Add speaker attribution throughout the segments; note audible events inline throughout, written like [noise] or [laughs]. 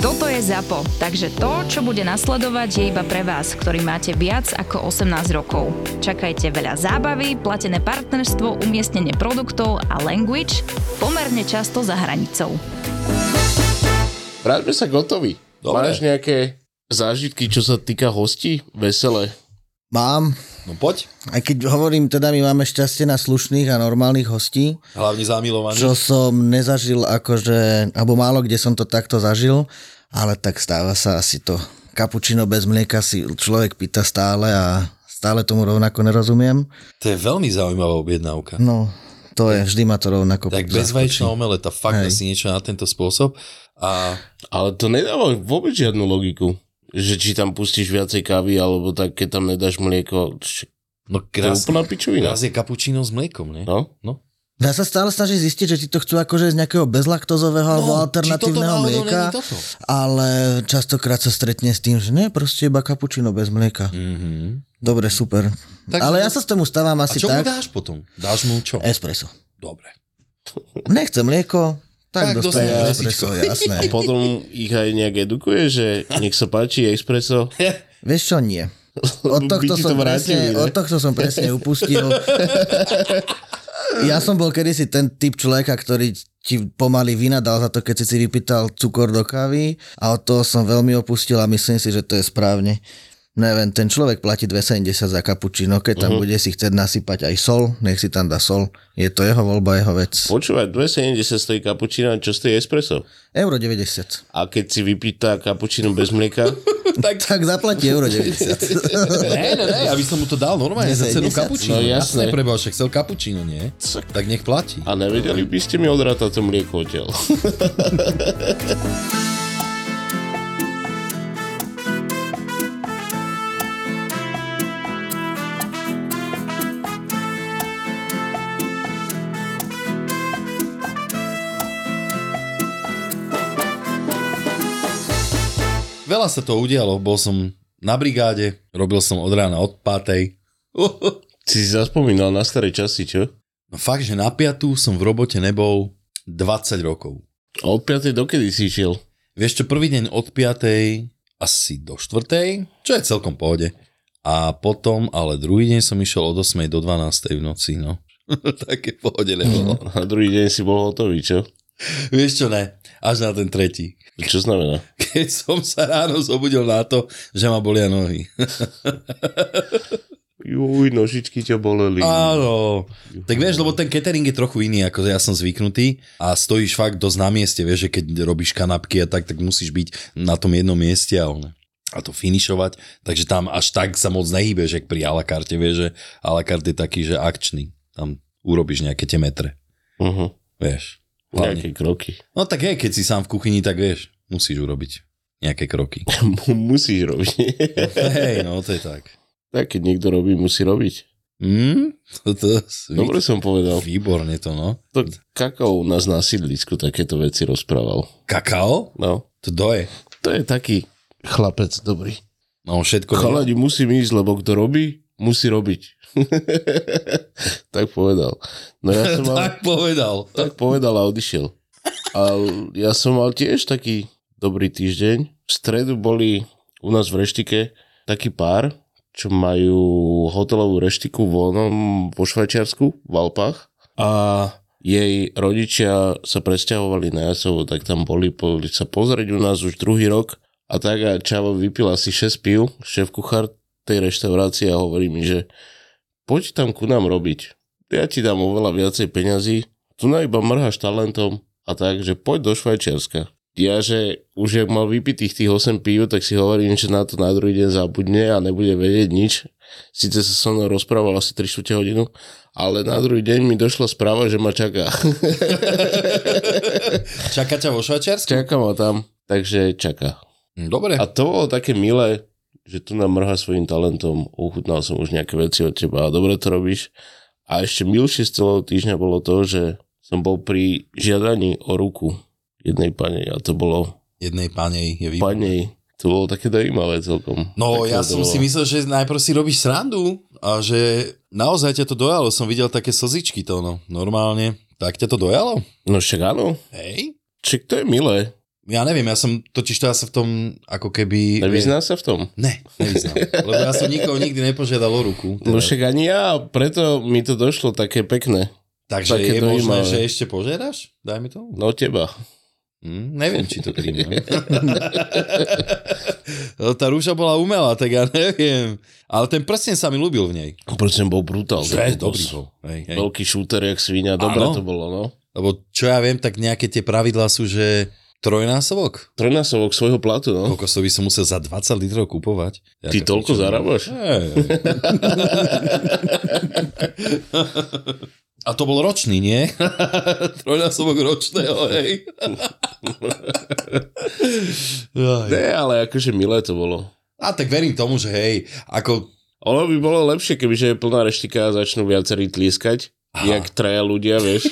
Speaker 1: Toto je ZAPO, takže to, čo bude nasledovať, je iba pre vás, ktorý máte viac ako 18 rokov. Čakajte veľa zábavy, platené partnerstvo, umiestnenie produktov a language pomerne často za hranicou.
Speaker 2: Vráťme sa gotovi.
Speaker 3: Dobre.
Speaker 2: Máš nejaké zážitky, čo sa týka hostí? Veselé.
Speaker 4: Mám,
Speaker 3: No poď,
Speaker 4: aj keď hovorím, teda my máme šťastie na slušných a normálnych hostí,
Speaker 3: hlavne zamilovaný.
Speaker 4: čo som nezažil akože, alebo málo kde som to takto zažil, ale tak stáva sa asi to. Kapučino bez mlieka si človek pýta stále a stále tomu rovnako nerozumiem.
Speaker 3: To je veľmi zaujímavá objednávka.
Speaker 4: No, to je, vždy ma to rovnako
Speaker 3: Tak
Speaker 4: zaskočí.
Speaker 3: bezvaječná omeleta, fakt
Speaker 4: Hej.
Speaker 3: asi niečo na tento spôsob. A
Speaker 2: Ale to nedáva vôbec žiadnu logiku. Že či tam pustíš viacej kávy, alebo tak, keď tam nedáš mlieko. Či...
Speaker 3: no
Speaker 2: To je
Speaker 3: krásne.
Speaker 2: úplná pičovina.
Speaker 3: Raz je kapučíno s mliekom, nie?
Speaker 2: No?
Speaker 3: No.
Speaker 4: Dá sa stále snažiť zistiť, že ti to chcú akože z nejakého bezlaktozového
Speaker 3: No, či
Speaker 4: alebo
Speaker 3: toto
Speaker 4: alternatívneho
Speaker 3: náhodou
Speaker 4: mlieka,
Speaker 3: není toto?
Speaker 4: ale častokrát sa stretne s tým, že nie, proste iba kapučino bez mlieka.
Speaker 3: Mm-hmm.
Speaker 4: Dobre, super.
Speaker 3: Tak-
Speaker 4: ale ja sa s tomu stávam
Speaker 3: A
Speaker 4: asi
Speaker 3: čo mu
Speaker 4: tak.
Speaker 3: dáš potom? Dáš mu čo?
Speaker 4: Espresso.
Speaker 3: Dobre.
Speaker 4: Nechcem mlieko, tak,
Speaker 3: Tak
Speaker 4: tak dostanem
Speaker 3: dostanem
Speaker 4: espresso, jasné.
Speaker 3: [laughs]
Speaker 2: A potom ich aj nejak edukuje, že nech sa páči
Speaker 3: [laughs]
Speaker 2: espresso.
Speaker 4: Vieš čo, nie.
Speaker 2: By
Speaker 4: Od tohto,
Speaker 2: ti to
Speaker 4: som
Speaker 2: vrátili,
Speaker 4: presne,
Speaker 2: ne?
Speaker 4: od tohto som presne upustil. Ja som bol kedysi ten typ človeka, ktorý ti pomaly vynadal za to, keď si si vypýtal cukor do kávy a od toho som veľmi opustil a myslím si, že to je správne. Neviem, ten človek platí 2,70 za kapučino, keď
Speaker 2: Mhm.
Speaker 4: tam uh-huh. bude si chcieť nasypať aj sol, nech si tam dá sol. Je to jeho voľba, jeho vec.
Speaker 2: Počúvať, 2,70 stojí kapučína, čo stojí espresso?
Speaker 4: Euro 90.
Speaker 2: A keď si vypýta kapučínu bez mlieka,
Speaker 3: tak,
Speaker 4: Tak zaplatí
Speaker 2: [laughs]
Speaker 4: euro 90.
Speaker 3: [laughs] ne, ne, ne, aby som mu to dal no. normálne za cenu
Speaker 4: 10.
Speaker 3: kapučíno.
Speaker 2: No, jasné.
Speaker 3: Preba, však chcel kapučíno, nie? Tak nech platí.
Speaker 2: a nevedeli by ste mi odrátať to mlieko odtiaľ.
Speaker 3: Veľa sa to udialo, bol som na brigáde, robil som od rána od pátej. [laughs]
Speaker 2: Si si zaspomínal na staré časy, čo?
Speaker 3: No fakt, že na piatu som v robote nebol 20 rokov.
Speaker 2: A od 5. dokedy si išiel?
Speaker 3: Vieš čo, prvý deň od 5. asi do 4. čo je celkom pohode. A potom, ale druhý deň som išiel od 8. do 12. v noci, no. [laughs] Také pohode nebolo.
Speaker 2: A druhý deň si bol hotový, čo?
Speaker 3: Vieš čo, ne, až na ten tretí.
Speaker 2: Čo znamená?
Speaker 3: Keď som sa ráno zobudil na to, že ma bolia nohy.
Speaker 2: Juj, nožičky ťa boleli.
Speaker 3: Áno. Tak vieš, lebo ten catering je trochu iný, ako ja som zvyknutý a stojíš fakt dosť na mieste, vieš, že keď robíš kanapky a tak, tak musíš byť na tom jednom mieste a on a to finišovať, takže tam až tak sa moc nehýbeš, jak pri a la carte, vieš, že a la carte je taký, že akčný. Tam urobíš nejaké tie metre,
Speaker 2: Uh-huh.
Speaker 3: vieš. Hlavne.
Speaker 2: Nejaké kroky.
Speaker 3: No tak hej, keď si sám v kuchyni, tak vieš, musíš urobiť nejaké
Speaker 2: [laughs]
Speaker 3: kroky.
Speaker 2: [laughs] Musíš robiť.
Speaker 3: hej, no to je tak.
Speaker 2: [laughs] tak, keď niekto robí, musí robiť.
Speaker 3: Mm, to, to,
Speaker 2: Dobre som povedal.
Speaker 3: Výborne to, no.
Speaker 2: To kakao u nás na sídlisku takéto veci rozprával.
Speaker 3: Kakao?
Speaker 2: No,
Speaker 3: To doje.
Speaker 2: to je taký chlapec dobrý.
Speaker 3: No všetko.
Speaker 2: Chalani, musím ísť, lebo kto robí, musí robiť. [laughs] tak povedal. No ja [laughs] som mal,
Speaker 3: [laughs] tak povedal.
Speaker 2: tak povedal a odišiel. A ja som mal tiež taký dobrý týždeň. V stredu boli u nás v reštike taký pár, čo majú hotelovú reštiku voľnom vo Švajčiarsku, v Alpách. A jej rodičia sa presťahovali na Jasovo, tak tam boli, boli sa pozrieť u nás už druhý rok. A tak a Čavo vypil asi 6 pív, šéf kuchár tej reštaurácie a hovorí mi, že poď tam ku nám robiť. Ja ti dám oveľa viacej peňazí, tu na iba mrháš talentom a tak, že poď do Švajčiarska. Ja, že už jak mal vypitých tých 8 pív, tak si hovorím, že na to na druhý deň zabudne a nebude vedieť nič. Sice sa so mnou rozprával asi 3 čtvrte hodinu, ale na druhý deň mi došla správa, že ma
Speaker 3: [laughs]
Speaker 2: čaká.
Speaker 3: Čaká ťa vo Švajčiarsku? Hm,
Speaker 2: čaká ma tam, takže čaká.
Speaker 3: Dobre.
Speaker 2: A to bolo také milé, že tu nám mrha svojim talentom, ochutnal som už nejaké veci od teba a dobre to robíš. A ešte milšie z celého týždňa bolo to, že som bol pri žiadaní o ruku jednej pani a to bolo
Speaker 3: Jednej pánej je výborné.
Speaker 2: panej. To bolo také dojímavé celkom.
Speaker 3: No
Speaker 2: Také
Speaker 3: ja
Speaker 2: to
Speaker 3: som
Speaker 2: bolo.
Speaker 3: si myslel, že najprv si robíš srandu a že naozaj ťa to dojalo. Som videl také slzičky to, no, normálne. Tak ťa to dojalo?
Speaker 2: No však áno,
Speaker 3: Hej.
Speaker 2: však to je milé.
Speaker 3: Ja neviem, ja som totiž to ja sa v tom ako keby...
Speaker 2: Nevyzná sa v tom.
Speaker 3: Ne, nevyznám. Lebo ja som nikoho nikdy nepožiadal o ruku.
Speaker 2: No
Speaker 3: Teda.
Speaker 2: však ani ja, preto mi to došlo také pekné.
Speaker 3: Takže
Speaker 2: také
Speaker 3: je možné,
Speaker 2: dojímavé.
Speaker 3: že ešte požiadaš? Daj mi to.
Speaker 2: No teba.
Speaker 3: Hm, neviem, či to príjmem. [laughs] No, tá rúža bola umelá, tak ja neviem. Ale ten prsten sa mi ľúbil v nej.
Speaker 2: Proč som bol brutál.
Speaker 3: Že,
Speaker 2: to bol
Speaker 3: dobrý
Speaker 2: dosť
Speaker 3: bol. Hej, hej.
Speaker 2: Veľký šúter, jak svinia. Dobre
Speaker 3: Áno.
Speaker 2: to bolo, no.
Speaker 3: Lebo čo ja viem, tak nejaké tie pravidlá sú, že trojnásobok.
Speaker 2: Trojnásobok svojho platu, no.
Speaker 3: Koľko to by som musel za 20 litrov kupovať. Ja
Speaker 2: Ty toľko zarábaš?
Speaker 3: [laughs] A to bol ročný, nie? [laughs] Trojnásobok ročného, [laughs] hej. Aj.
Speaker 2: Ne, ale akože milé to bolo.
Speaker 3: A tak verím tomu, že hej, ako...
Speaker 2: Ono by bolo lepšie, kebyže je plná reštika a začnú viacerí tlieskať,
Speaker 3: Aha.
Speaker 2: jak traja ľudia,
Speaker 3: [laughs]
Speaker 2: vieš.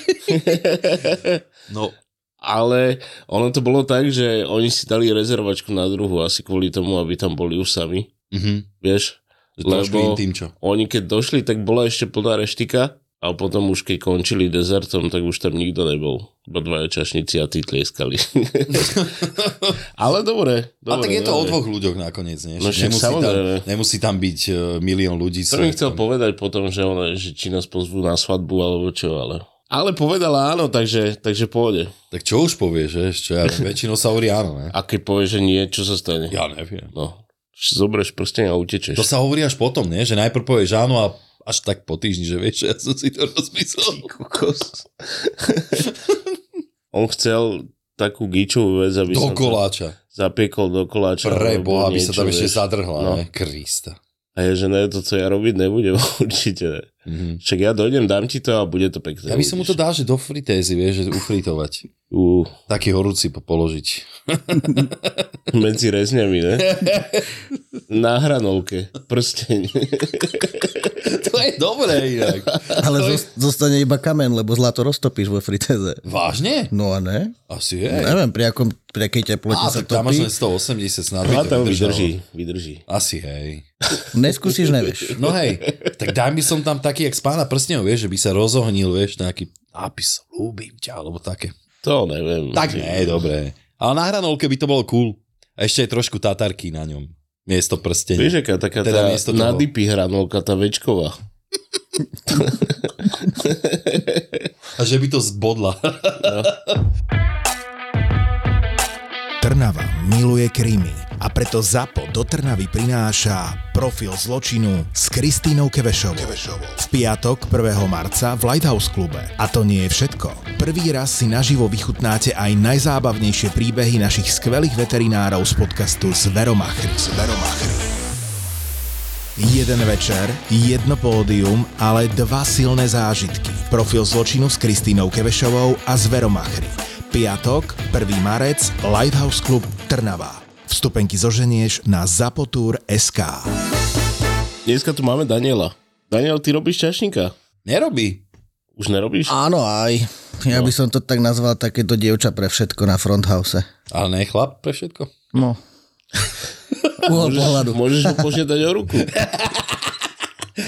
Speaker 3: No,
Speaker 2: ale ono to bolo tak, že oni si dali rezervačku na druhu, asi kvôli tomu, aby tam boli už sami,
Speaker 3: mhm,
Speaker 2: vieš.
Speaker 3: trošku
Speaker 2: Lebo-
Speaker 3: intim, čo?
Speaker 2: Oni keď došli, tak bola ešte plná reštika a potom už keď končili dezertom, tak už tam nikto nebol. Iba dvaja čašníci a tí
Speaker 3: [laughs]
Speaker 2: tlieskali. ale dobre, dobre.
Speaker 3: A tak je to
Speaker 2: dobre.
Speaker 3: o dvoch ľuďoch nakoniec, nie?
Speaker 2: No
Speaker 3: Že
Speaker 2: však
Speaker 3: nemusí, tam,
Speaker 2: samozrejme.
Speaker 3: nemusí tam byť e, milión ľudí.
Speaker 2: To mi chcel povedať potom, že, ona, že či nás pozvú na svadbu alebo čo, ale... Ale povedala áno, takže, takže pôjde.
Speaker 3: Tak čo už povieš, že? Čo ja,
Speaker 2: [laughs]
Speaker 3: viem, väčšinou sa hovorí áno, ne?
Speaker 2: A keď povie, že nie, čo sa stane?
Speaker 3: Ja neviem.
Speaker 2: No, zoberieš prsteň a utečeš.
Speaker 3: To sa hovorí až potom, nie? Že najprv povieš áno a až tak po týždni, že vieš, že ja som si to rozmyslel.
Speaker 2: kokos. [laughs] On chcel takú gičovú vec, aby
Speaker 3: Do
Speaker 2: som sa
Speaker 3: koláča.
Speaker 2: zapiekol do koláča.
Speaker 3: Pre
Speaker 2: alebo
Speaker 3: Boha, aby sa
Speaker 2: niečo,
Speaker 3: tam ešte
Speaker 2: vieš.
Speaker 3: zadrhla,
Speaker 2: No.
Speaker 3: ne? Krista.
Speaker 2: A je, že ne, to, co ja robiť nebudem, [laughs] určite ne.
Speaker 3: Mhm.
Speaker 2: Však ja dojdem, dám ti to a bude to pekné.
Speaker 3: Ja by som mu to
Speaker 2: uvidíš.
Speaker 3: dal, že do fritézy, vieš, že ufritovať.
Speaker 2: U,
Speaker 3: Taký horúci po- položiť.
Speaker 2: medzi rezňami,
Speaker 3: [laughs]
Speaker 2: ne? Na hranolke. Prsteň.
Speaker 3: To je dobré inak.
Speaker 4: Ale zos- zostane iba kamen, lebo zlato roztopíš vo friteze.
Speaker 3: Vážne?
Speaker 4: No a ne?
Speaker 3: Asi je.
Speaker 4: Neviem, pri, akom, pri akej teplote
Speaker 3: Á,
Speaker 4: sa
Speaker 3: tak tam
Speaker 4: topí.
Speaker 3: máš len 180 snad. by
Speaker 2: A
Speaker 3: to
Speaker 2: tam
Speaker 3: vydržalo.
Speaker 2: vydrží, vydrží.
Speaker 3: Asi hej.
Speaker 4: Neskúsiš, nevieš.
Speaker 3: No hej, tak daj mi som tam taký, jak z pána prstenov, vieš, že by sa rozohnil, vieš, nejaký nápis, ľúbim ťa, alebo také.
Speaker 2: To neviem.
Speaker 3: Tak ne, dobre. Ale na hranolke by to bolo cool. A ešte aj trošku tatarky na ňom. Miesto prstenia.
Speaker 2: Vieš, aká taká
Speaker 3: Teda
Speaker 2: teda
Speaker 3: miesto
Speaker 2: tá
Speaker 3: toho.
Speaker 2: nadypy hranolka, tá večková.
Speaker 3: A že by to zbodla. [laughs]
Speaker 5: Trnava miluje krímy a preto ZAPO do Trnavy prináša profil zločinu s Kristínou Kevešovou. V piatok 1. marca v Lighthouse klube. A to nie je všetko. Prvý raz si naživo vychutnáte aj najzábavnejšie príbehy našich skvelých veterinárov z podcastu Zveromachry. Zveromachry. Jeden večer, jedno pódium, ale dva silné zážitky. Profil zločinu s Kristínou Kevešovou a Zveromachry. Piatok, 1. marec, Lighthouse Club Trnava. Vstupenky zoženieš na zapotur.sk. SK.
Speaker 2: Dneska tu máme Daniela. Daniel, ty robíš čašníka?
Speaker 3: Nerobí.
Speaker 2: Už nerobíš?
Speaker 4: Áno, aj. Ja by som to tak nazval takéto dievča pre všetko na fronthouse.
Speaker 3: Ale ne, chlap pre všetko.
Speaker 4: [laughs] No. Uhol pohľadu.
Speaker 2: Môžeš mu požiadať o
Speaker 3: [laughs]
Speaker 2: ruku.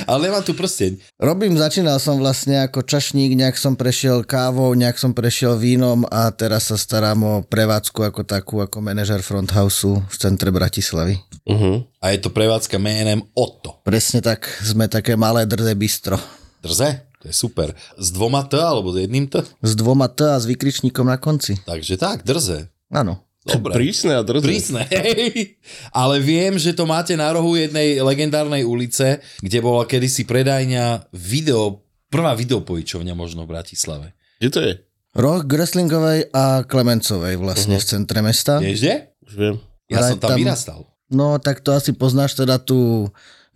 Speaker 3: Ale nemám tu prsteň.
Speaker 4: Robím, začínal som vlastne ako čašník, nejak som prešiel kávou, nejak som prešiel vínom a teraz sa starám o prevádzku ako takú, ako manažer fronthouse v centre Bratislavy.
Speaker 2: Uh-huh.
Speaker 3: A je to prevádzka menem Otto.
Speaker 4: Presne tak, sme také malé drze bistro.
Speaker 3: Drze? To je super. S dvoma T alebo s jedným T?
Speaker 4: S dvoma T a s vykričníkom na konci.
Speaker 3: Takže tak, drze.
Speaker 4: Áno.
Speaker 3: Dobre.
Speaker 2: Prísne a drzé.
Speaker 3: Prísne, hej. Ale viem, že to máte na rohu jednej legendárnej ulice, kde bola kedysi predajňa video, prvá videopojičovňa možno v Bratislave.
Speaker 2: Kde to je?
Speaker 4: Roh Greslingovej a Klemencovej vlastne v centre mesta.
Speaker 3: Vieš, kde?
Speaker 2: Už viem.
Speaker 3: Ja
Speaker 4: Ale
Speaker 3: som tam,
Speaker 4: tam-
Speaker 3: vyrastal.
Speaker 4: No, tak to asi poznáš teda tú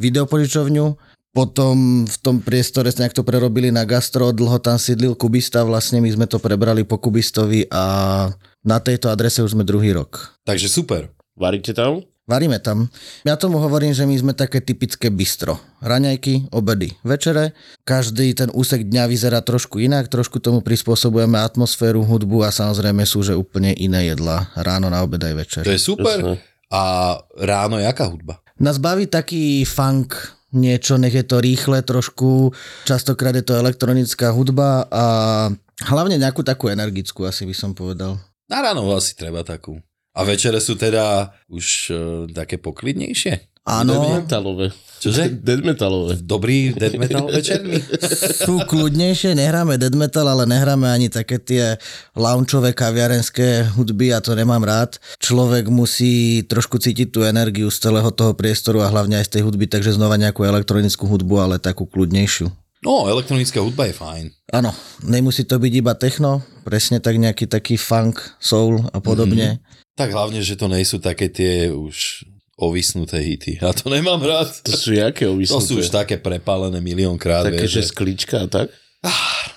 Speaker 4: videopožičovňu. Potom v tom priestore nejak to prerobili na gastro, dlho tam sídlil kubista, vlastne my sme to prebrali po kubistovi a na tejto adrese už sme druhý rok.
Speaker 3: Takže super.
Speaker 2: Varíte tam?
Speaker 4: Varíme tam. Ja tomu hovorím, že my sme také typické bistro. Raňajky, obedy, večere. Každý ten úsek dňa vyzerá trošku inak, trošku tomu prispôsobujeme atmosféru, hudbu a samozrejme sú že úplne iné jedlá. Ráno, na obed aj večer.
Speaker 3: To je super.
Speaker 2: Jasné.
Speaker 3: A ráno jaká hudba?
Speaker 4: Nás baví taký funk, niečo, nech je to rýchle trošku, častokrát je to elektronická hudba a hlavne nejakú takú energickú, asi by som povedal.
Speaker 3: Na ráno asi treba takú. A večere sú teda už e, také poklidnejšie. No.
Speaker 4: Áno,
Speaker 2: Metalové.
Speaker 3: Čože?
Speaker 2: Dead metalové.
Speaker 3: Dobrý death metal večerný.
Speaker 4: sú kľudnejšie, nehráme dead metal, ale nehráme ani také tie loungeové kaviarenské hudby a to nemám rád. Človek musí trošku cítiť tú energiu z celého toho priestoru a hlavne aj z tej hudby, takže znova nejakú elektronickú hudbu, ale takú kľudnejšiu.
Speaker 3: No, elektronická hudba je fajn.
Speaker 4: Áno, nemusí to byť iba techno, presne tak nejaký taký funk, soul a podobne. Mm-hmm.
Speaker 3: Tak hlavne, že to nejsú také tie už ovisnuté hity. Ja to nemám rád.
Speaker 2: To sú jaké
Speaker 3: To
Speaker 2: ovisnuté?
Speaker 3: sú už také prepálené miliónkrát.
Speaker 2: Také, že
Speaker 3: vieš, že-
Speaker 2: sklička a tak?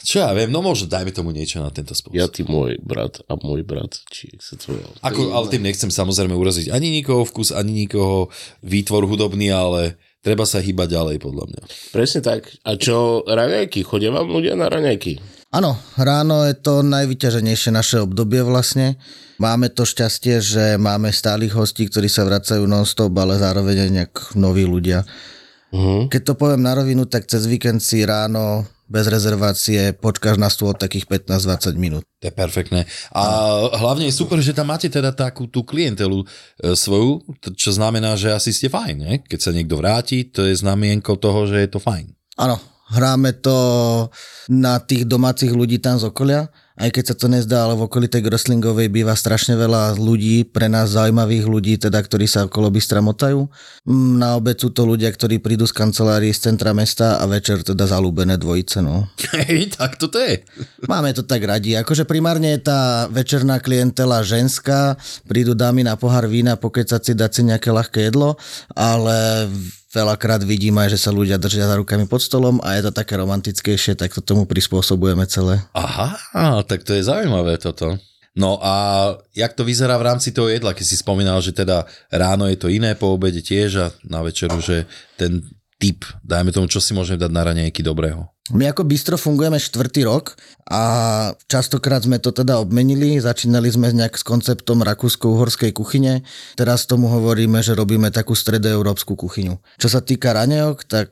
Speaker 3: Čo ja viem, no možno dajme tomu niečo na tento spôsob.
Speaker 2: Ja, ty, môj brat a môj brat, či jak sa to volá.
Speaker 3: Ako, ale tým nechcem samozrejme uraziť ani nikoho vkus, ani nikoho výtvor hudobný, ale treba sa hýbať ďalej podľa mňa.
Speaker 2: Presne tak. A čo, raňajky? Chodia vám ľudia na raňajky?
Speaker 4: Áno, ráno je to najvyťaženejšie naše obdobie vlastne. Máme to šťastie, že máme stálych hostí, ktorí sa vracajú non-stop, ale zároveň aj nejak noví ľudia.
Speaker 2: Mhm.
Speaker 4: Keď to poviem na rovinu, tak cez víkend si ráno bez rezervácie počkáš na stôl takých 15-20 minút.
Speaker 3: To je perfektné. A hlavne je super, že tam máte teda takú tú klientelu e, svoju, t- čo znamená, že asi ste fajn, ne? Keď sa niekto vráti, to je znamienko toho, že je to fajn. [laughs]
Speaker 4: Áno, hráme to na tých domácich ľudí tam z okolia, aj keď sa to nezdá, ale v okolí tej Groslingovej býva strašne veľa ľudí, pre nás zaujímavých ľudí, teda ktorí sa okolo Bystra motajú. Mm, Na obec sú to ľudia, ktorí prídu z kancelárii z centra mesta a večer teda zalúbené dvojice. No.
Speaker 3: Hej, tak toto je.
Speaker 4: Máme to tak radi. Akože primárne je tá večerná klientela ženská, prídu dámy na pohár vína, pokecať si, dať si nejaké ľahké jedlo, ale veľakrát vidím aj, že sa ľudia držia za rukami pod stolom a je to také romantickejšie, tak to tomu prispôsobujeme celé.
Speaker 3: Aha, tak to je zaujímavé toto. No a jak to vyzerá v rámci toho jedla, keď si spomínal, že teda ráno je to iné, po obede tiež a na večeru, že ten typ, dajme tomu, čo si môžem dať na raňajky dobrého.
Speaker 4: My ako Bistro fungujeme štvrtý rok a častokrát sme to teda obmenili. Začínali sme nejak s konceptom rakúsko-uhorskej kuchyne. Teraz tomu hovoríme, že robíme takú stredoeurópsku kuchyňu. Čo sa týka raňajok, tak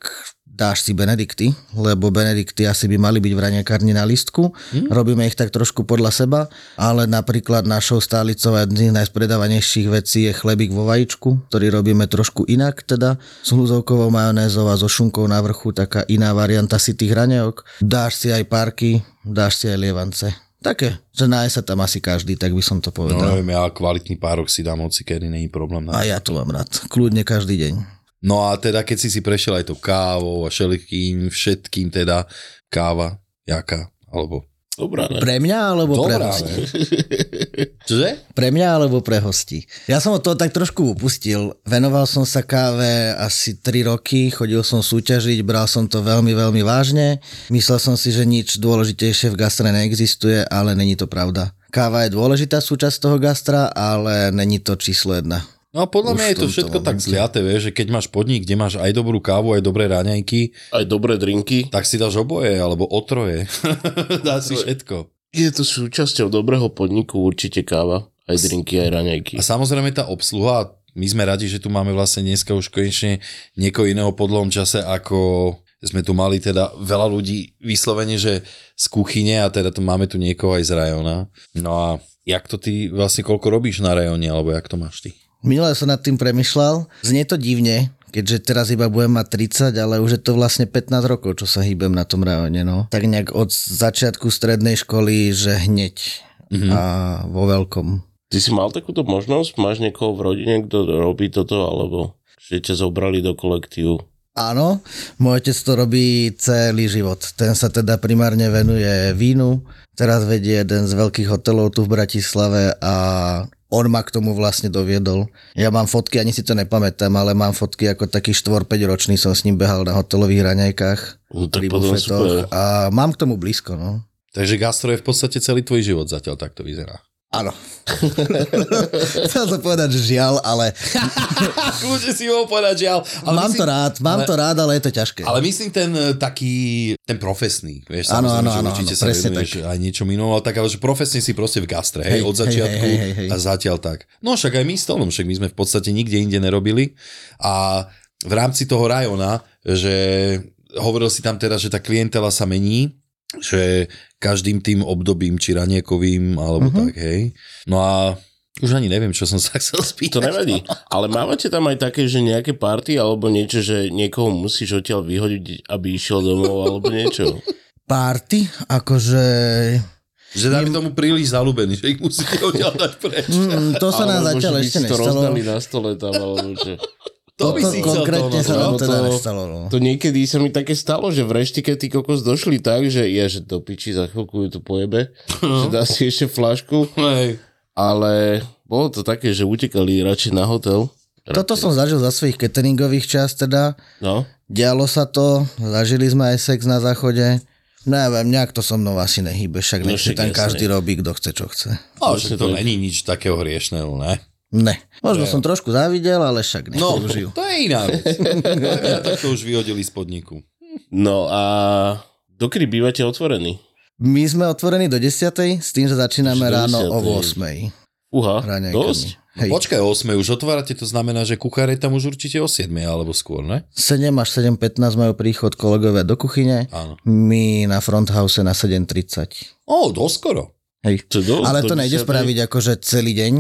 Speaker 4: dáš si Benedikty, lebo Benedikty asi by mali byť v raňajkárni na listku. Robíme ich tak trošku podľa seba, ale napríklad našou stálicou a jedných z najspredávanejších vecí je chlebík vo vajíčku, ktorý robíme trošku inak, teda s hľuzovkovou majonézou a so šunkou na vrchu, taká iná varianta si tých raňajok. Dáš si aj párky, dáš si aj lievance. Také, že náje sa tam asi každý, tak by som
Speaker 3: No
Speaker 4: to povedal.
Speaker 3: neviem, ja kvalitný párok si dám hoci, kedy není problém.
Speaker 4: A
Speaker 3: Na...
Speaker 4: ja to mám rád, kľudne každý deň.
Speaker 3: No a teda, keď si si prešiel aj to kávou a šelikým, všetkým teda, káva, jaká, alebo...
Speaker 2: Dobrá, ne?
Speaker 4: Pre mňa alebo pre
Speaker 3: Dobrá,
Speaker 4: hostí?
Speaker 3: ne? Čože?
Speaker 4: Pre mňa alebo pre hostí? Ja som od toho tak trošku upustil. Venoval som sa káve asi 3 roky, chodil som súťažiť, bral som to veľmi, veľmi vážne. Myslel som si, že nič dôležitejšie v gastre neexistuje, ale není to pravda. Káva je dôležitá súčasť toho gastra, ale není to číslo jedna.
Speaker 3: No a podľa
Speaker 4: Už
Speaker 3: mňa je
Speaker 4: v
Speaker 3: to
Speaker 4: tomto
Speaker 3: všetko tak
Speaker 4: momente.
Speaker 3: zliaté, vieš, že keď máš podnik, kde máš aj dobrú kávu, aj dobré raňajky,
Speaker 2: Aj dobré drinky.
Speaker 3: tak si dáš oboje, alebo [laughs] otroje. Dáš si všetko.
Speaker 2: Je to súčasťou dobrého podniku určite káva. Aj drinky, aj raňajky.
Speaker 3: A samozrejme tá obsluha, my sme radi, že tu máme vlastne dneska už konečne niekoho iného po dlhom čase, ako sme tu mali teda veľa ľudí vyslovene, že z kuchyne a teda tu máme tu niekoho aj z rajona. No a jak to ty vlastne koľko robíš na rajone, alebo jak to máš ty?
Speaker 4: Minule som nad tým premyšľal, znie to divne, keďže teraz iba budem mať 30, ale už je to vlastne 15 rokov, čo sa hýbem na tom rajone, no. Tak nejak od začiatku strednej školy, že hneď mm-hmm. a vo veľkom.
Speaker 2: Ty si mal takúto možnosť? Máš niekoho v rodine, kto robí toto, alebo že ťa zobrali do kolektívu?
Speaker 4: Áno, môj otec to robí celý život. Ten sa teda primárne venuje vínu. Teraz vedie jeden z veľkých hotelov tu v Bratislave a on ma k tomu vlastne doviedol. Ja mám fotky, ani si to nepamätám, ale mám fotky ako taký 4-5 ročný som s ním behal na hotelových raňajkách,
Speaker 2: No, tak
Speaker 4: pri
Speaker 2: potom super.
Speaker 4: bufetoch a mám k tomu blízko, no.
Speaker 3: Takže gastro je v podstate celý tvoj život zatiaľ takto vyzerá.
Speaker 4: Áno. [laughs] Chcel som povedať, že žiaľ, ale
Speaker 3: Kľúže si mohol povedať, žiaľ. Ale
Speaker 4: mám
Speaker 3: myslím,
Speaker 4: to rád, mám
Speaker 3: ale-
Speaker 4: to rád, ale je to ťažké.
Speaker 3: Ale myslím ten e, taký, ten profesný, vieš,
Speaker 4: Áno,
Speaker 3: samozrejme,
Speaker 4: áno,
Speaker 3: že
Speaker 4: áno,
Speaker 3: určite
Speaker 4: áno,
Speaker 3: sa
Speaker 4: presne
Speaker 3: venuješ aj niečom inom, ale tak, ale že profesne si proste v gastre, hej,
Speaker 4: Hej,
Speaker 3: od
Speaker 4: hej,
Speaker 3: začiatku
Speaker 4: hej, hej, hej.
Speaker 3: a zatiaľ tak. No však aj my s Tonom, však my sme v podstate nikde inde nerobili a v rámci toho rajona, že hovoril si tam teda, že tá klientela sa mení, že každým tým obdobím, či raniekovým, alebo
Speaker 4: Mhm.
Speaker 3: tak, hej. No a už ani neviem, čo som sa chcel
Speaker 2: To
Speaker 3: spýtať.
Speaker 2: nevadí. Ale mávate tam aj také, že nejaké party alebo niečo, že niekoho musíš odtiaľ vyhodiť, aby išiel domov alebo niečo.
Speaker 4: Party, akože...
Speaker 3: Že dáme tomu príliš zalúbený, že ich musíte odtiaľ dať preč.
Speaker 4: Mm, to
Speaker 2: [laughs]
Speaker 4: sa nám
Speaker 2: Alebo, že
Speaker 4: zatiaľ
Speaker 2: by
Speaker 4: ešte
Speaker 2: si to
Speaker 4: nestalo.
Speaker 2: rozdali na stole tam alebo čo.
Speaker 3: To by
Speaker 4: Toto
Speaker 3: si chcel
Speaker 4: konkrétne
Speaker 3: Tono,
Speaker 4: sa
Speaker 3: no?
Speaker 4: nám
Speaker 2: lebo
Speaker 4: teda
Speaker 2: to-
Speaker 4: nestalo. no.
Speaker 2: To niekedy sa mi také stalo, že v reštike tí kokos došli tak, že ja, že do piči za chvíľku ju to pojebe, že dá si ešte flašku,
Speaker 3: Hej.
Speaker 2: ale bolo to také, že utekali radšej na hotel.
Speaker 4: Toto som zažil za svojich cateringových čas teda.
Speaker 2: No,
Speaker 4: Dialo sa to, zažili sme aj sex na záchode. Neviem, nejak to so mnou asi nehýbe, však
Speaker 2: No
Speaker 4: no,
Speaker 2: však
Speaker 4: tam
Speaker 2: jasne.
Speaker 4: každý robí, kto chce, čo chce.
Speaker 3: Ale že No, to není nič takého hriešného, ne?
Speaker 4: Ne. Možno som trošku závidel, ale však nech
Speaker 3: No,
Speaker 2: [laughs]
Speaker 4: no. žijú.
Speaker 3: to je iná vec. Ja tak to už vyhodili z podniku.
Speaker 2: no a dokedy bývate otvorení?
Speaker 4: My sme otvorení do 10. s tým, že začíname
Speaker 2: Až do
Speaker 4: ráno o
Speaker 2: 10:00.
Speaker 4: 8.
Speaker 2: Uha,
Speaker 4: Raňajkami.
Speaker 2: dosť?
Speaker 4: Hej,
Speaker 3: Počkaj, o 8 už otvárate, to znamená, že kuchár je tam už určite o 7 alebo skôr, ne?
Speaker 4: 7 až 7.15 majú príchod kolegovia do kuchyne,
Speaker 3: Áno.
Speaker 4: my na fronthouse na 7.30.
Speaker 3: Ó, doskoro.
Speaker 4: Hej.
Speaker 2: To je dosť,
Speaker 4: Ale
Speaker 2: do
Speaker 4: to nejde
Speaker 2: 10:00.
Speaker 4: spraviť akože celý deň.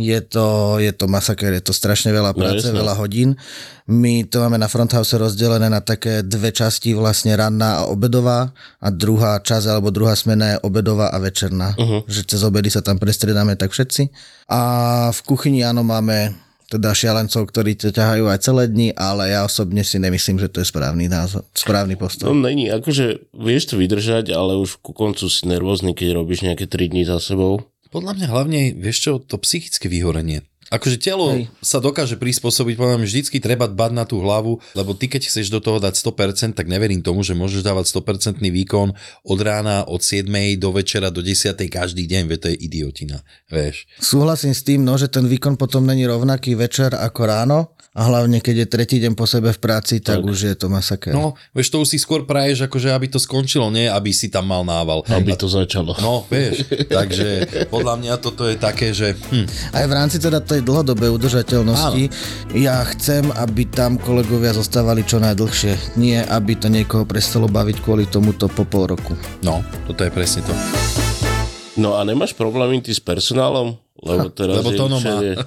Speaker 4: Je to, je to masaker, je to strašne veľa
Speaker 2: No,
Speaker 4: práce,
Speaker 2: jasné.
Speaker 4: veľa hodín. My to máme na Fronthouse rozdelené na také dve časti, vlastne ranná a obedová a druhá časť alebo druhá smena je obedová a večerná.
Speaker 2: Mhm.
Speaker 4: Že cez obedy sa tam prestriedáme tak všetci. A v kuchyni áno máme teda šialencov, ktorí to ťahajú aj celé dni, ale ja osobne si nemyslím, že to je správny názor,
Speaker 2: No
Speaker 4: správny postoj.
Speaker 2: není, akože vieš to vydržať, ale už ku koncu si nervózny, keď robíš nejaké 3 dní za sebou.
Speaker 3: Podľa mňa hlavne, vieš čo, to psychické vyhorenie. Akože telo Hej.
Speaker 4: Hej.
Speaker 3: sa dokáže prispôsobiť, poviem, vždycky treba dbať na tú hlavu, lebo ty keď chceš do toho dať 100%, tak neverím tomu, že môžeš dávať 100% výkon od rána, od 7 do večera, do 10 každý deň, veď to je idiotina, vieš.
Speaker 4: Súhlasím s tým, no, že ten výkon potom není rovnaký večer ako ráno a hlavne keď je tretí deň po sebe v práci, tak, tak. už je to masaker.
Speaker 3: No, vieš, to už si skôr praješ, akože aby to skončilo, nie aby si tam mal nával.
Speaker 2: Aby to začalo.
Speaker 3: No, vieš, takže podľa mňa toto je také, že... Hm,
Speaker 4: Aj v rámci teda tej dlhodobej udržateľnosti ja chcem, aby tam kolegovia zostávali čo najdlhšie. Nie, aby to niekoho prestalo baviť kvôli tomuto po pol roku.
Speaker 3: no, toto je presne to.
Speaker 2: No a nemáš problémy ty s personálom? Lebo teraz
Speaker 3: lebo
Speaker 2: je
Speaker 3: to ono má.
Speaker 2: všade-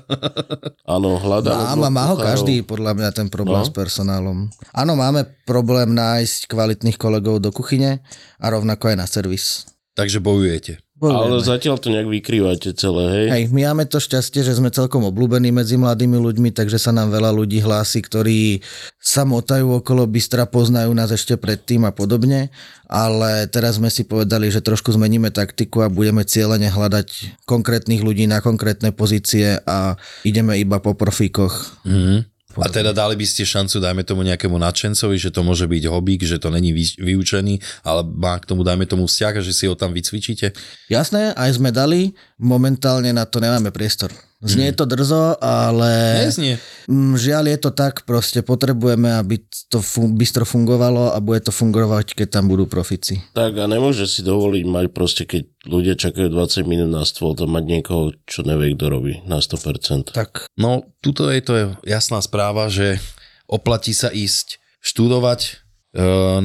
Speaker 2: [laughs] Áno, hľadá.
Speaker 4: Má, No, má, má ho každý, podľa mňa, ten problém
Speaker 2: No.
Speaker 4: no. s personálom. Áno, máme problém nájsť kvalitných kolegov do kuchyne a rovnako aj na servis.
Speaker 3: Takže bojujete.
Speaker 2: Ale
Speaker 4: Bojujeme.
Speaker 2: zatiaľ to nejak vykrývate celé, hej?
Speaker 4: Hej, my máme to šťastie, že sme celkom obľúbení medzi mladými ľuďmi, takže sa nám veľa ľudí hlási, ktorí sa motajú okolo Bystra, poznajú nás ešte predtým a podobne, ale teraz sme si povedali, že trošku zmeníme taktiku a budeme cieľene hľadať konkrétnych ľudí na konkrétne pozície a ideme iba po profíkoch.
Speaker 3: Mhm. A teda dali by ste šancu, dajme tomu nejakému nadšencovi, že to môže byť hobík, že to není vy, vyučený, ale má k tomu, dajme tomu, vzťah a že si ho tam vycvičíte.
Speaker 4: Jasné, aj sme dali, momentálne na to nemáme priestor. Znie to drzo, ale...
Speaker 3: Neznie.
Speaker 4: Mm, Žiaľ je to tak, proste potrebujeme, aby to fun- bystro fungovalo a bude to fungovať, keď tam budú profici.
Speaker 2: Tak a nemôže si dovoliť mať proste, keď ľudia čakajú 20 minút na stôl, to mať niekoho, čo nevie, kto robí na 100%.
Speaker 4: Tak.
Speaker 3: No, tuto je to jasná správa, že oplatí sa ísť študovať e,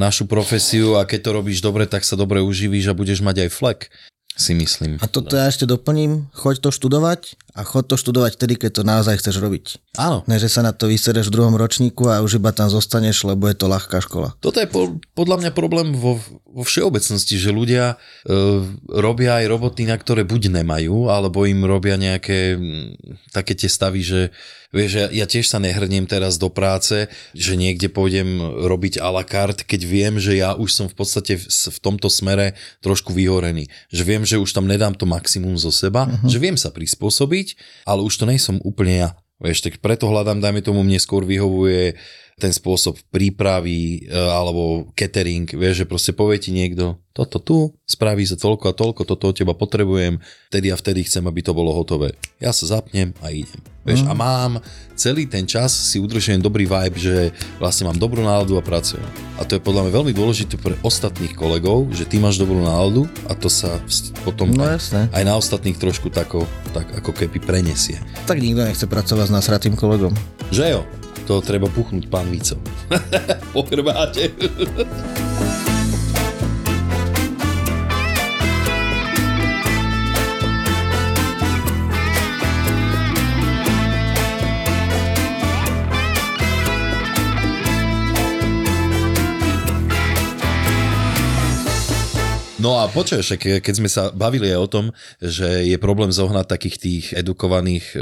Speaker 3: našu profesiu a keď to robíš dobre, tak sa dobre uživíš a budeš mať aj flek, si myslím.
Speaker 4: A toto ja ešte doplním, choď to študovať a choď to študovať vtedy, keď to naozaj chceš robiť.
Speaker 3: Áno.
Speaker 4: Ne, že sa na to vysereš v druhom ročníku a už iba tam zostaneš, lebo je to ľahká škola.
Speaker 3: Toto je po, podľa mňa problém vo, vo všeobecnosti, že ľudia e, robia aj roboty, na ktoré buď nemajú, alebo im robia nejaké mm, také tie stavy, že vieš, ja, ja tiež sa nehrniem teraz do práce, že niekde pôjdem robiť a la carte, keď viem, že ja už som v podstate v, s- v tomto smere trošku vyhorený. Že viem, že už tam nedám to maximum zo seba, uh-huh. že viem sa prispôsobiť, ale už to nejsom úplne ja. Vieš, tak preto hľadám, dajme tomu, mne skôr vyhovuje ten spôsob prípravy e, alebo catering, vieš, že proste povie ti niekto, toto tu, spraví sa toľko a toľko, toto od teba potrebujem, vtedy a vtedy chcem, aby to bolo hotové. Ja sa zapnem a idem. Vieš,
Speaker 4: Mhm.
Speaker 3: a mám celý ten čas si udržujem dobrý vibe, že vlastne mám dobrú náladu a pracujem. A to je podľa mňa veľmi dôležité pre ostatných kolegov, že ty máš dobrú náladu a to sa vst- potom
Speaker 4: No
Speaker 3: aj,
Speaker 4: jasné.
Speaker 3: aj na ostatných trošku tako, tak ako keby prenesie.
Speaker 4: Tak nikto nechce pracovať s nasratým kolegom.
Speaker 3: Že jo? To treba puchnúť pán [laughs] Vico. po chrbáte. No a počuješ, však keď sme sa bavili aj o tom, že je problém zohnať takých tých edukovaných e,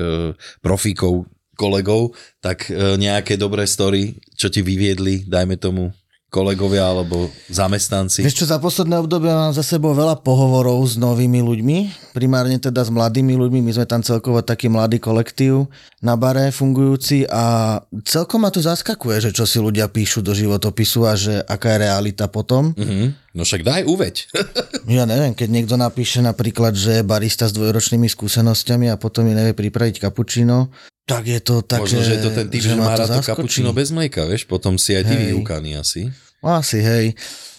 Speaker 3: profíkov, kolegov, tak e, nejaké dobré story, čo ti vyviedli, dajme tomu, kolegovia alebo zamestnanci.
Speaker 4: Vieš čo, za posledné obdobie mám za sebou veľa pohovorov s novými ľuďmi, primárne teda s mladými ľuďmi, my sme tam celkovo taký mladý kolektív na bare fungujúci a celkom ma to zaskakuje, že čo si ľudia píšu do životopisu a že aká je realita potom.
Speaker 3: Mhm. No však daj, uveď.
Speaker 4: Ja neviem, keď niekto napíše napríklad, že je barista s dvojročnými skúsenosťami a potom mi nevie pripraviť kapučino, tak je to
Speaker 3: Takže, [laughs]
Speaker 4: také,
Speaker 3: Možno, že je to ten typ, že, má
Speaker 4: ma
Speaker 3: rád to
Speaker 4: zaskočí.
Speaker 3: kapučino bez mlieka, vieš, potom si aj ty
Speaker 4: Hej.
Speaker 3: vyúkaný asi.
Speaker 4: No Asi, hej.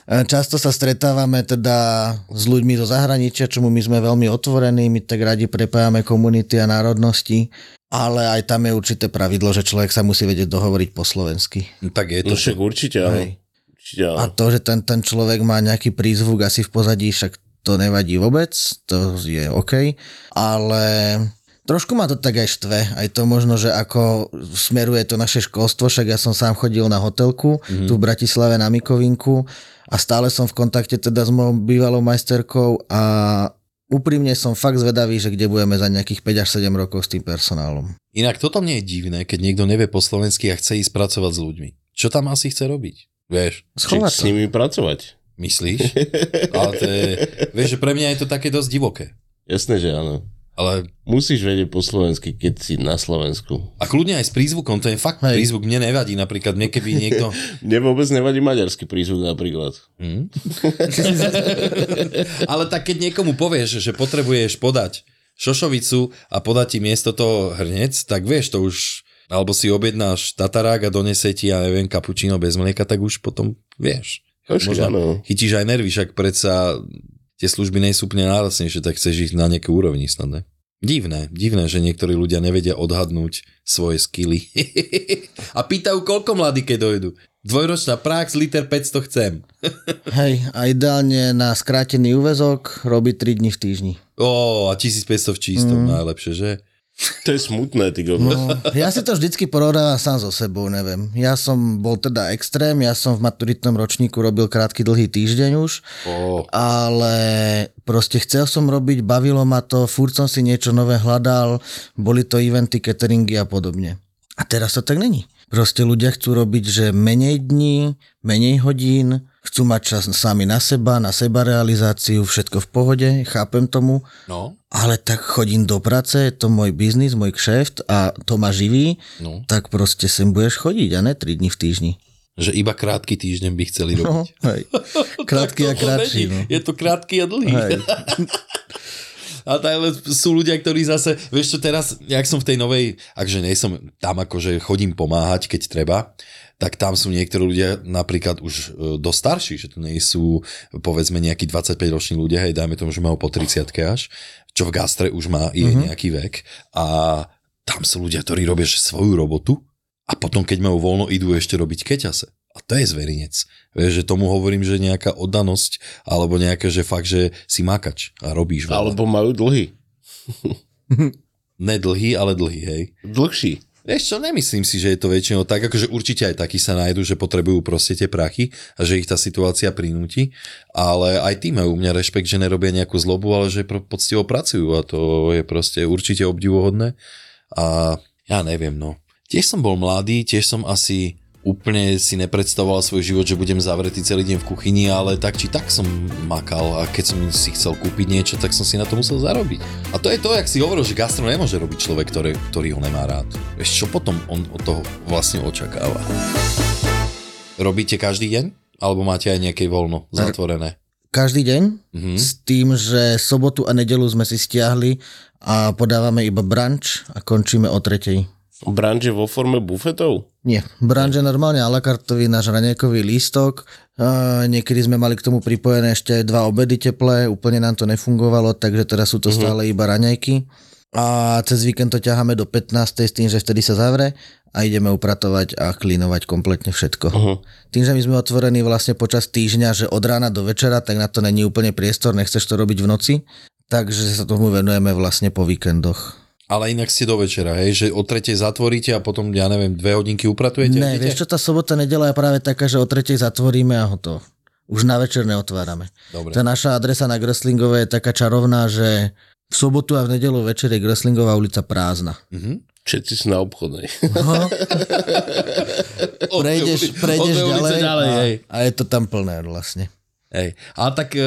Speaker 4: E, Často sa stretávame teda s ľuďmi zo zahraničia, čomu my sme veľmi otvorení, my tak radi prepájame komunity a národnosti, ale aj tam je určité pravidlo, že človek sa musí vedieť dohovoriť po slovensky.
Speaker 3: No, Tak je
Speaker 2: No
Speaker 3: to.
Speaker 2: však určite áno.
Speaker 4: Hej.
Speaker 2: Určite áno.
Speaker 4: A to, že ten, ten človek má nejaký prízvuk asi v pozadí, však to nevadí vôbec, to je OK, ale trošku ma to tak aj štve, aj to možno, že ako smeruje to naše školstvo, však ja som sám chodil na hotelku,
Speaker 2: Mhm.
Speaker 4: mm-hmm. tu v Bratislave na Mikovinku a stále som v kontakte teda s mojou bývalou majsterkou a úprimne som fakt zvedavý, že kde budeme za nejakých 5 až 7 rokov s tým personálom.
Speaker 3: Inak toto mne je divné, keď niekto nevie po slovensky a chce ísť pracovať s ľuďmi. Čo tam asi chce robiť? Vieš,
Speaker 2: Či
Speaker 4: Schovať
Speaker 2: s
Speaker 4: to.
Speaker 2: nimi pracovať.
Speaker 3: myslíš? Ale to je, vieš, že pre mňa je to také dosť divoké.
Speaker 2: Jasné, že áno.
Speaker 3: Ale
Speaker 2: Musíš vedieť po slovensky, keď si na Slovensku.
Speaker 3: a kľudne aj s prízvukom, to je fakt
Speaker 4: Hej.
Speaker 3: prízvuk, mne nevadí napríklad, mne keby niekto...
Speaker 2: Mne vôbec nevadí maďarský prízvuk napríklad.
Speaker 3: Hm? Ale tak keď niekomu povieš, že potrebuješ podať šošovicu a podá ti miesto toho hrnec, tak vieš, to už... Alebo si objednáš tatarák a donesie ti, ja neviem, kapučino bez mlieka, tak už potom vieš.
Speaker 2: Však áno.
Speaker 3: no. chytíš aj nervy, však predsa tie služby nie sú úplne najlacnejšie, tak chceš ich na nejaké úrovni snad, ne? Divné, divné, že niektorí ľudia nevedia odhadnúť svoje skily. [laughs] a pýtajú, koľko mladí, keď dojdu. Dvojročná prax, liter 500 chcem.
Speaker 4: Hej, a ideálne na skrátený úvezok robí 3 dní v týždni.
Speaker 3: Ó, a 1500 v čistom, mm. najlepšie, že?
Speaker 2: To je smutné, ty no.
Speaker 4: No, ja si to vždycky porovnávam sám so sebou, neviem. Ja som bol teda extrém, ja som v maturitnom ročníku robil krátky dlhý týždeň už,
Speaker 3: Ó,
Speaker 4: ale proste chcel som robiť, bavilo ma to, furt som si niečo nové hľadal, boli to eventy, cateringy a podobne. A teraz to tak není. Proste ľudia chcú robiť, že menej dní, menej hodín, chcú mať čas sami na seba, na seba realizáciu, všetko v pohode, chápem tomu,
Speaker 3: no,
Speaker 4: ale tak chodím do práce, je to môj biznis, môj kšeft a to ma živí,
Speaker 3: no.
Speaker 4: tak proste sem budeš chodiť a ne 3 dní v týždni.
Speaker 3: Že iba krátky týždeň by chceli
Speaker 4: No,
Speaker 3: robiť.
Speaker 4: hej.
Speaker 3: [laughs]
Speaker 4: Krátky a
Speaker 3: Tak to
Speaker 4: krátší.
Speaker 3: [laughs] není.
Speaker 4: No.
Speaker 3: Je to krátky a dlhý.
Speaker 4: Hej.
Speaker 3: A tá, ale sú ľudia, ktorí zase, vieš čo teraz, jak som v tej novej, akže nie som tam akože chodím pomáhať, keď treba, tak tam sú niektorí ľudia napríklad už e, dosť starší, že to nie sú povedzme nejakí 25 roční ľudia, hej, dajme tomu, že majú po 30 až, čo v gastre už má je mm-hmm. nejaký vek a tam sú ľudia, ktorí robia že svoju robotu a potom, keď majú voľno, idú ešte robiť keťase. A to je zverinec. Vieš, že tomu hovorím, že nejaká oddanosť, alebo nejaké, že fakt, že si makač a robíš veľa.
Speaker 2: Alebo majú dlhý.
Speaker 3: Ne dlhý, ale dlhý, hej.
Speaker 2: Dlhší.
Speaker 3: Vieš čo, nemyslím si, že je to väčšinou tak, akože určite aj takí sa nájdú, že potrebujú proste tie prachy a že ich tá situácia prinúti, ale aj tí majú u mňa rešpekt, že nerobia nejakú zlobu, ale že pro, poctivo pracujú a to je proste určite obdivuhodné a ja neviem, no. Tiež som bol mladý, tiež som asi úplne si nepredstavoval svoj život, že budem zavretý celý deň v kuchyni, ale tak či tak som makal a keď som si chcel kúpiť niečo, tak som si na to musel zarobiť. A to je to, jak si hovoril, že gastro nemôže robiť človek, ktorý, ktorý ho nemá rád. Vieš, čo potom on od toho vlastne očakáva? Robíte každý deň? Alebo máte aj nejaké voľno, zatvorené?
Speaker 4: Každý deň
Speaker 3: Mhm.
Speaker 4: s tým, že sobotu a nedelu sme si stiahli a podávame iba brunch a končíme o tretej.
Speaker 2: Branže vo forme bufetov?
Speaker 4: Nie, branže normálne a la carte náš raniekový lístok. E, niekedy sme mali k tomu pripojené ešte aj dva obedy teplé, úplne nám to nefungovalo, takže teraz sú to stále iba raňajky. A cez víkend to ťaháme do 15. s tým, že vtedy sa zavre a ideme upratovať a klinovať kompletne všetko.
Speaker 2: Mhm.
Speaker 4: Uh-huh. Tým, že my sme otvorení vlastne počas týždňa, že od rána do večera, tak na to není úplne priestor, nechceš to robiť v noci, takže sa tomu venujeme vlastne po víkendoch.
Speaker 3: Ale inak ste do večera, hej? Že o tretej zatvoríte a potom, ja neviem, dve hodinky upratujete?
Speaker 4: Ne, vieš čo, tá sobota, nedela je práve taká, že o tretej zatvoríme a hotovo. Už na večer neotvárame.
Speaker 3: Dobre.
Speaker 4: Tá naša adresa na Gröslingovej je taká čarovná, že v sobotu a v nedelu večer je Gröslingová ulica prázdna.
Speaker 2: Všetci sú na obchodnej.
Speaker 4: Prejdeš, prejdeš
Speaker 3: od tej ulice
Speaker 4: ďalej,
Speaker 3: ďalej,
Speaker 4: a,
Speaker 3: hej.
Speaker 4: a je to tam plné vlastne.
Speaker 3: Hej. Ale tak e,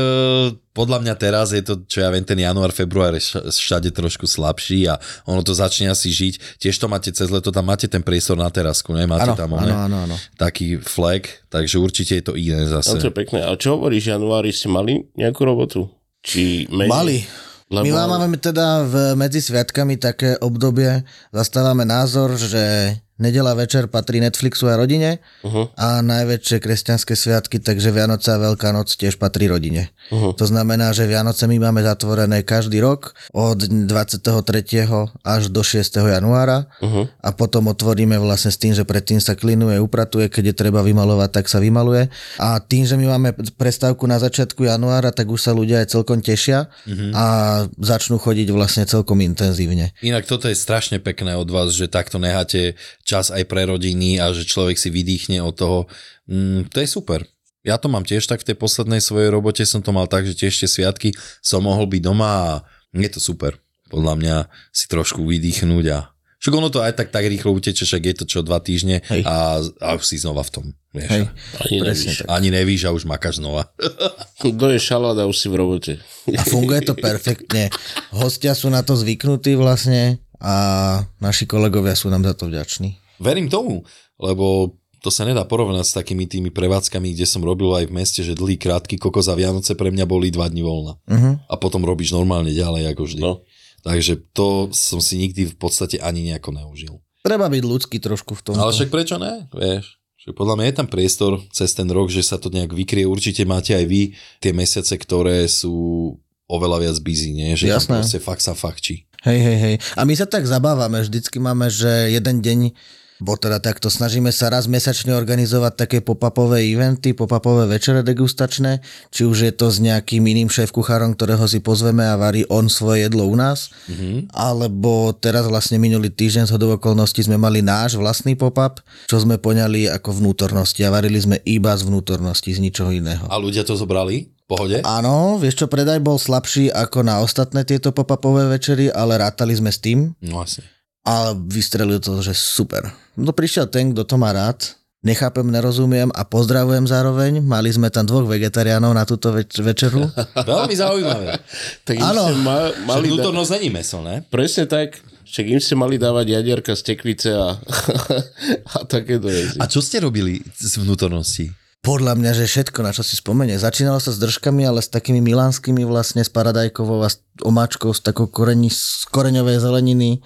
Speaker 3: podľa mňa teraz je to, čo ja viem, ten január, február je ša- všade trošku slabší a ono to začne asi žiť. Tiež to máte cez leto, tam máte ten priestor na terasku, ne? Máte
Speaker 4: Áno,
Speaker 3: tam
Speaker 4: áno,
Speaker 3: one,
Speaker 4: áno, áno.
Speaker 3: taký flag, takže určite je to iné
Speaker 2: Ale No, to
Speaker 3: zase.
Speaker 2: je pekné. A čo hovoríš, januári ste mali nejakú robotu? Či menej?
Speaker 4: Mali.
Speaker 2: Lebo
Speaker 4: My máme teda v, medzi sviatkami také obdobie, zastávame názor, že nedela večer patrí Netflixu a rodine uh-huh. a najväčšie kresťanské sviatky, takže Vianoce a Veľká noc tiež patrí rodine. Uh-huh. To znamená, že Vianoce my máme zatvorené každý rok od 23. až do 6. januára uh-huh. a potom otvoríme vlastne s tým, že predtým sa klinuje, upratuje, keď je treba vymalovať, tak sa vymaluje. A tým, že my máme prestávku na začiatku januára, tak už sa ľudia aj celkom tešia uh-huh. a začnú chodiť vlastne celkom intenzívne.
Speaker 3: Inak toto je strašne pekné od vás, že takto necháte čas aj pre rodiny a že človek si vydýchne od toho. Mm, to je super. Ja to mám tiež tak v tej poslednej svojej robote, som to mal tak, že tiež tie sviatky som mohol byť doma a je to super. Podľa mňa si trošku vydýchnuť a však ono to aj tak tak rýchlo uteče, však je to čo dva týždne
Speaker 4: Hej.
Speaker 3: a, a už si znova v tom. Vieš.
Speaker 4: Hej,
Speaker 2: Ani
Speaker 4: presne
Speaker 2: nevíš.
Speaker 4: tak.
Speaker 3: Ani nevíš a už makáš znova.
Speaker 2: Kto je šalát a už si v robote?
Speaker 4: A funguje to perfektne. Hostia sú na to zvyknutí vlastne a naši kolegovia sú nám za to vďační.
Speaker 3: Verím tomu, lebo to sa nedá porovnať s takými tými prevádzkami, kde som robil aj v meste, že dlhý, krátky kokos a Vianoce pre mňa boli dva dní voľna. Uh-huh.
Speaker 4: Mhm.
Speaker 3: A potom robíš normálne ďalej ako vždy.
Speaker 2: No.
Speaker 3: Takže to som si nikdy v podstate ani nejako neužil.
Speaker 4: Treba byť ľudský trošku v tom.
Speaker 3: Ale však prečo ne? Vieš, že podľa mňa je tam priestor cez ten rok, že sa to nejak vykrie. Určite máte aj vy tie mesiace, ktoré sú oveľa viac busy, nie? Že
Speaker 4: Jasné.
Speaker 3: tam proste fakt sa fakčí.
Speaker 4: Hej, hej, hej. A my sa tak zabávame, vždycky máme, že jeden deň, bo teda takto snažíme sa raz mesačne organizovať také pop-upové eventy, pop-upové večere degustačné, či už je to s nejakým iným šéf-kuchárom, ktorého si pozveme a varí on svoje jedlo u nás, mm-hmm. alebo teraz vlastne minulý týždeň z okolností sme mali náš vlastný pop-up, čo sme poňali ako vnútornosti a varili sme iba z vnútornosti, z ničoho iného.
Speaker 3: A ľudia to zobrali? V Pohode?
Speaker 4: Áno, vieš čo, predaj bol slabší ako na ostatné tieto pop-upové večery, ale rátali sme s tým,
Speaker 3: No vlastne.
Speaker 4: ale vystrelil to, že super. No prišiel ten, kto to má rád, nechápem, nerozumiem a pozdravujem zároveň. Mali sme tam dvoch vegetariánov na túto več-
Speaker 3: [laughs]
Speaker 4: večeru.
Speaker 3: Veľmi zaujímavé.
Speaker 2: [laughs] Tak im
Speaker 4: Áno.
Speaker 2: ste ma-
Speaker 3: Mali
Speaker 2: mali
Speaker 3: Však
Speaker 4: no-
Speaker 2: da-
Speaker 3: vnútornosť není meso, ne?
Speaker 2: Presne tak. Však im ste mali dávať jadierka z tekvice a, [laughs] a takéto veci.
Speaker 3: A čo ste robili z vnútornosti?
Speaker 4: Podľa mňa, že všetko, na čo si spomenie. Začínalo sa s držkami, ale s takými milánskymi vlastne, s paradajkovou a s omáčkou, s takou koreni, z koreňovej zeleniny.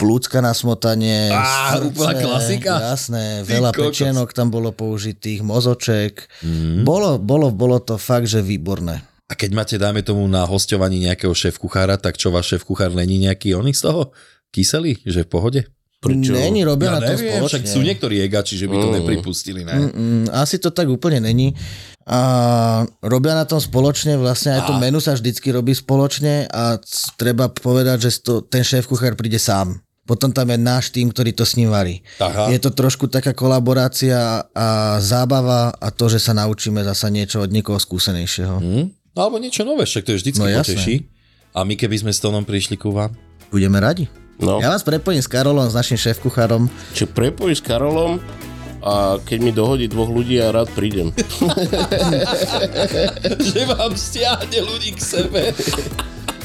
Speaker 4: Plúcka na smotanie.
Speaker 3: Á, úplná klasika. Ty
Speaker 4: Jasné, veľa
Speaker 3: kokos.
Speaker 4: pečienok tam bolo použitých, mozoček.
Speaker 3: Hm?
Speaker 4: Mm. Bolo, bolo, bolo to fakt, že výborné.
Speaker 3: A keď máte, dajme tomu, na hostovaní nejakého šéf-kuchára, tak čo, váš šéf-kuchár není nejaký oný z toho? Kyselý? Že v pohode?
Speaker 4: Prečo? Není, robia na to
Speaker 3: však
Speaker 4: spoločne.
Speaker 3: sú niektorí jegači, že by to nepripustili, ne?
Speaker 4: Mm, asi to tak úplne není. A robia na tom spoločne, vlastne aj to menu sa vždycky robí spoločne a c- treba povedať, že to, ten šéf kuchár príde sám. Potom tam je náš tým, ktorý to s ním varí.
Speaker 3: Aha.
Speaker 4: Je to trošku taká kolaborácia a zábava a to, že sa naučíme zasa niečo od niekoho skúsenejšieho.
Speaker 3: Hm? No, Alebo niečo nové, však to je vždycky
Speaker 4: No,
Speaker 3: no,
Speaker 4: jasné.
Speaker 3: poteší. A my keby sme s Tonom prišli ku vám? [laughs]
Speaker 4: Budeme radi.
Speaker 2: No,
Speaker 4: Ja vás prepojím s Karolom, s našim šéf kuchárom.
Speaker 2: čo prepoj s Karolom a keď mi dohodí dvoch ľudí, ja rád prídem.
Speaker 3: že vám stiahne ľudí k sebe.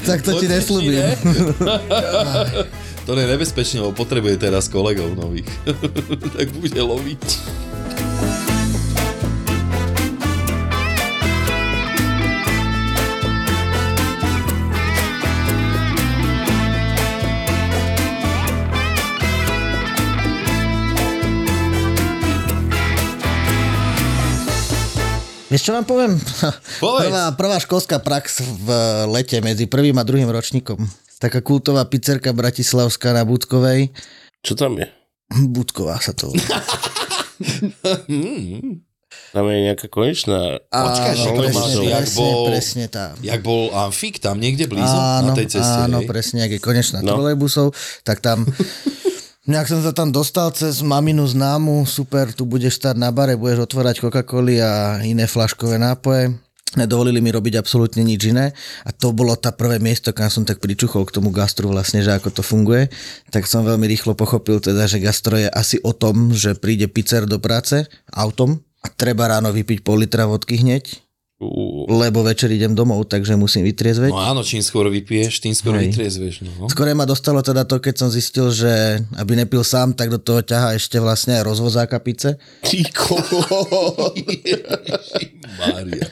Speaker 4: Tak to ti neslúbim. [laughs]
Speaker 3: to je nebezpečné, [laughs] lebo potrebuje teraz kolegov nových. tak bude loviť.
Speaker 4: Vieš, čo vám poviem?
Speaker 3: [laughs] Povedz.
Speaker 4: Prvá, prvá školská prax v eh, lete medzi prvým a druhým ročníkom. Taká kultová pizzerka bratislavská na Budkovej.
Speaker 2: Čo tam je?
Speaker 4: Budková sa to volá.
Speaker 2: Tam je nejaká konečná...
Speaker 3: [laughs] Počkaj, že
Speaker 4: Áno,
Speaker 3: to
Speaker 4: presne,
Speaker 3: máš,
Speaker 4: presne,
Speaker 3: jak bol-
Speaker 4: presne tá.
Speaker 3: Jak bol Amfik tam niekde blízo na tej ceste,
Speaker 4: áno
Speaker 3: hej?
Speaker 4: presne, ak je konečná
Speaker 2: No.
Speaker 4: no. trolejbusov, tak tam...
Speaker 3: [laughs]
Speaker 4: Nejak som sa tam dostal cez maminu známu, super, tu budeš stať na bare, budeš otvárať Coca-Coly a iné flaškové nápoje. Nedovolili mi robiť absolútne nič iné a to bolo tá prvé miesto, kam som tak pričuchol k tomu gastru vlastne, že ako to funguje. Tak som veľmi rýchlo pochopil teda, že gastro je asi o tom, že príde pizzer do práce autom a treba ráno vypiť pol litra vodky hneď,
Speaker 2: Ú,
Speaker 4: lebo večer idem domov, takže musím vytriezveť.
Speaker 3: No áno, čím skôr vypiješ, tým skôr
Speaker 4: Hej.
Speaker 3: vytriezveš. No.
Speaker 4: Skore ma dostalo teda to, keď som zistil, že aby nepil sám, tak do toho ťaha ešte vlastne aj rozvozáka pice.
Speaker 2: Ty kokos.
Speaker 3: Mária.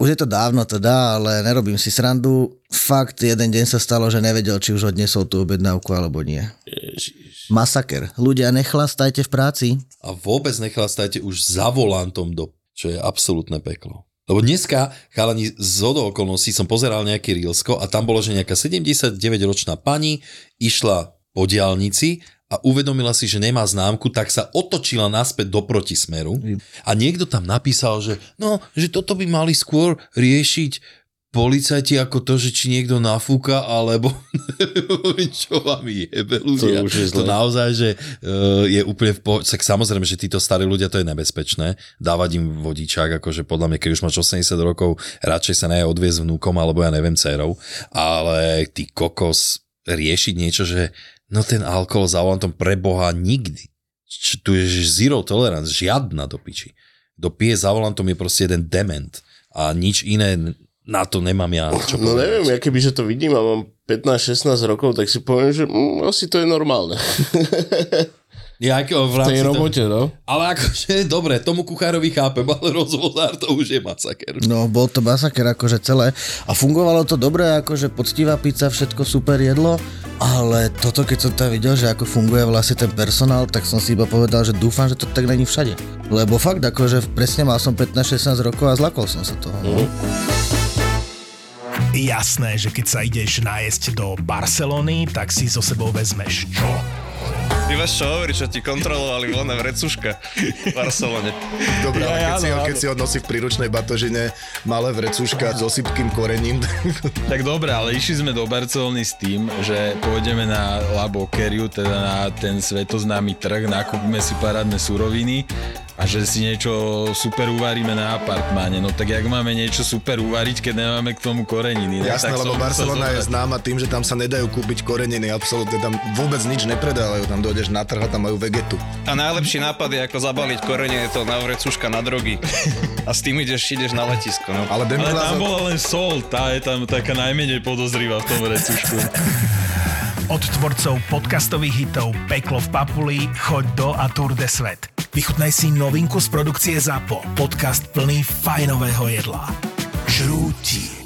Speaker 4: Už je to dávno teda, ale nerobím si srandu. Fakt, jeden deň sa stalo, že nevedel, či už odnesol tú objednávku alebo nie.
Speaker 2: Ježiš.
Speaker 4: Masaker. Ľudia, nechlastajte v práci.
Speaker 3: A vôbec nechlastajte už za volantom do... Čo je absolútne peklo. Lebo dneska, chalani, z hodou okolností som pozeral nejaké Reelsko a tam bolo, že nejaká 79-ročná pani išla po diálnici a uvedomila si, že nemá známku, tak sa otočila naspäť do protismeru a niekto tam napísal, že no, že toto by mali skôr riešiť policajti ako to, že či niekto nafúka, alebo [laughs] čo vám jebe
Speaker 2: To
Speaker 3: ľudia.
Speaker 2: už je zlé.
Speaker 3: to naozaj, že uh, je úplne v po... Tak samozrejme, že títo starí ľudia, to je nebezpečné. Dávať im vodičák, akože podľa mňa, keď už máš 80 rokov, radšej sa neje odviezť vnúkom, alebo ja neviem, dcerou. Ale ty kokos riešiť niečo, že no ten alkohol za volantom pre Boha nikdy. Č- tu je že zero tolerance, žiadna do piči. Kto pije za volantom je proste jeden dement a nič iné n- na to nemám ja čo
Speaker 2: No
Speaker 3: povedať.
Speaker 2: neviem, ja keby, že to vidím a mám 15-16 rokov, tak si poviem, že mm, asi to je normálne.
Speaker 3: Ja ako v
Speaker 2: V
Speaker 3: rámci
Speaker 2: tej
Speaker 3: toho-
Speaker 2: robote, no.
Speaker 3: Ale akože, [laughs] dobre, tomu kuchárovi chápem, ale [laughs] rozvozár to už je masaker.
Speaker 4: No, bol to masaker akože celé. A fungovalo to dobre, akože poctivá pizza, všetko super jedlo. Ale toto, keď som tam videl, že ako funguje vlastne ten personál, tak som si iba povedal, že dúfam, že to tak není všade. Lebo fakt, akože presne mal som 15-16 rokov a zlakol som sa toho. No.
Speaker 5: Jasné, že keď sa ideš nájsť do Barcelony, tak si so sebou vezmeš čo?
Speaker 6: Ty máš čo hovoriť, čo ti kontrolovali voľné vrecuška v Barcelone.
Speaker 7: Dobre, ale keď si, ho, keď si ho nosí v príručnej batožine malé vrecuška s osypkým korením,
Speaker 6: Tak dobre, ale išli sme do Barcelony s tým, že pôjdeme na Labokeriu, teda na ten svetoznámy trh, nakúpime si parádne suroviny a že si niečo super uvaríme na apartmáne. No tak jak máme niečo super uvariť, keď nemáme k tomu koreniny? No,
Speaker 7: [laughs] jasné,
Speaker 6: tak som
Speaker 7: lebo
Speaker 6: musel
Speaker 7: Barcelona je
Speaker 6: zobrať.
Speaker 7: známa tým, že tam sa nedajú kúpiť koreniny, absolútne tam vôbec nič nepredávajú, tam dojdeš na trh a tam majú vegetu.
Speaker 8: A najlepší nápad je ako zabaliť korene to na vrecuška na drogy. A s tým ideš, ideš na letisko. No.
Speaker 7: Ale
Speaker 6: Ale tam
Speaker 7: Dembélé
Speaker 6: bola len sol, tá je tam taká najmenej podozrivá v tom vrecušku.
Speaker 5: Od tvorcov podcastových hitov Peklo v Papuli, Choď do a Tour de Svet. Vychutnaj si novinku z produkcie ZAPO. Podcast plný fajnového jedla. Žrúti.